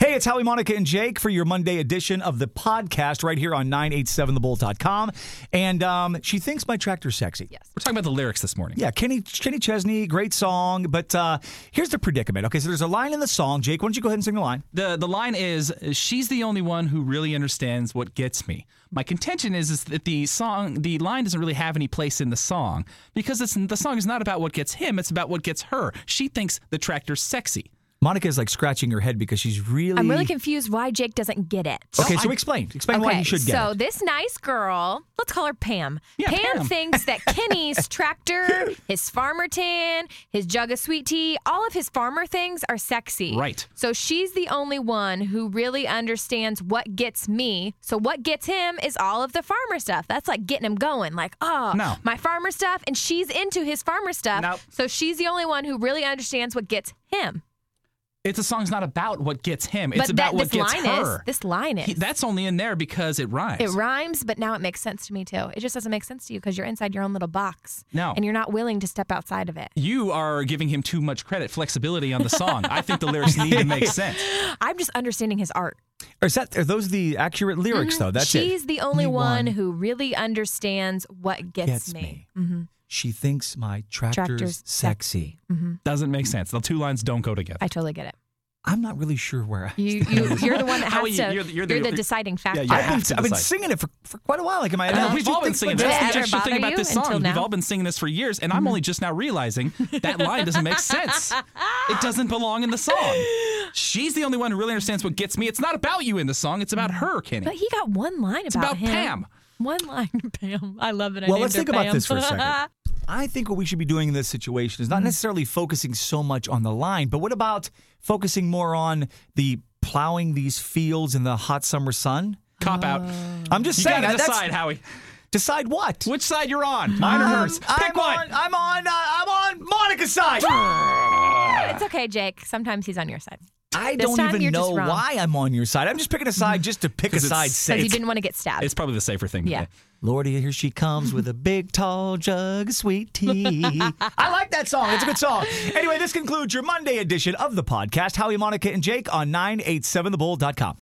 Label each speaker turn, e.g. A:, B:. A: it's Howie, Monica, and Jake for your Monday edition of the podcast right here on 987thebull.com. And um, she thinks my tractor's sexy.
B: Yes.
C: We're talking about the lyrics this morning.
A: Yeah, Kenny Kenny Chesney, great song. But uh, here's the predicament. Okay, so there's a line in the song. Jake, why don't you go ahead and sing the line?
C: The the line is she's the only one who really understands what gets me. My contention is, is that the song the line doesn't really have any place in the song because it's the song is not about what gets him, it's about what gets her. She thinks the tractor's sexy.
A: Monica is like scratching her head because she's really.
B: I'm really confused why Jake doesn't get it.
C: Oh,
A: Okay, so explain. Explain why you should get
B: so
A: it.
B: this nice girl, let's call her Pam.
C: Yeah, Pam.
B: thinks that Kenny's tractor, his farmer tin, his jug of sweet tea, all of his farmer things are sexy.
C: Right.
B: So she's the only one who really understands what gets me. So what gets him is all of the farmer stuff. That's like getting him going. Like, oh,
C: No.
B: my farmer stuff, and she's into his farmer stuff.
C: Nope.
B: So she's the only one who really understands what gets him.
C: It's a song's not about what gets him. It's
B: but
C: about
B: that,
C: what
B: this
C: gets
B: line
C: her.
B: is this line is
C: He- that's only in there because it rhymes.
B: It rhymes, but now it makes sense to me too. It just doesn't make sense to you because you're inside your own little box.
C: No.
B: And you're not willing to step outside of it.
C: you are giving him too much credit, flexibility on the song. I think the lyrics need to make sense.
B: I'm just understanding his art.
A: Or is that, are those the accurate lyrics, though? That's it.
B: Mm-hmm. She's the only one
C: one.
B: who really understands what gets,
A: Gets
B: Mm-hmm.
A: me. She thinks my tractor's,
B: Tractor's
A: sexy.
C: Doesn't make sense. The two lines don't go together.
B: I totally get it.
A: I'm not really sure where I.
B: You, you, you're the one that has
C: Howie,
B: to.
C: you're the- you're the-
B: deciding factor.
C: you
A: I've
C: have
A: been,
C: to
A: I've been
C: decide.
A: singing it for, for quite a while. Like, am I?
C: I know,
A: how
C: we've
A: do you
C: all been
A: think
C: singing.
A: my
C: That's
B: Does
C: the
B: it
C: extra
B: ever
C: thing
B: bother
C: about this
B: you until
C: song. We've
B: now? Mm-hmm.
C: all been singing this for years, and I'm only just now realizing that line doesn't make sense. It doesn't belong in the song. She's the only one who really understands what gets me. It's not about you in the song. It's about her,
B: But
C: Kenny.
B: he got one line about,
C: about
B: him.
C: Pam.
B: One line, Pam. I love it. I
A: Well,
B: named
A: let's
B: her
A: think about
B: Pam.
A: this for a second. I think what we should be doing in this situation is not necessarily focusing so much on the line, but what about focusing more on the plowing these fields in the hot summer sun?
C: Cop out.
B: Oh.
A: I'm just
C: You
A: saying. uh,
C: gotta
A: that's-
C: decide, Howie.
A: Decide what?
C: Which side you're on? Mine or
A: I'm-
C: hers? Pick
A: I'm
C: one.
A: On, I'm on. Uh, I'm on Monica's side.
B: It's okay, Jake. Sometimes he's on your side
A: I
B: This
A: don't
B: time
A: even
B: you're just
A: know
B: wrong.
A: why I'm on your side. I'm just picking a side just to pick a
C: 'Cause Mm-hmm. it's-
A: side.
B: because you
A: Safe.
B: didn't want to get stabbed.
C: It's probably the safer thing to
B: Yeah.
C: do.
A: Lordy, here she comes with a big tall jug of sweet tea. I like that song. It's a good song. Anyway, this concludes your Monday edition of the podcast. Howie, Monica, and Jake on 987thebull.com.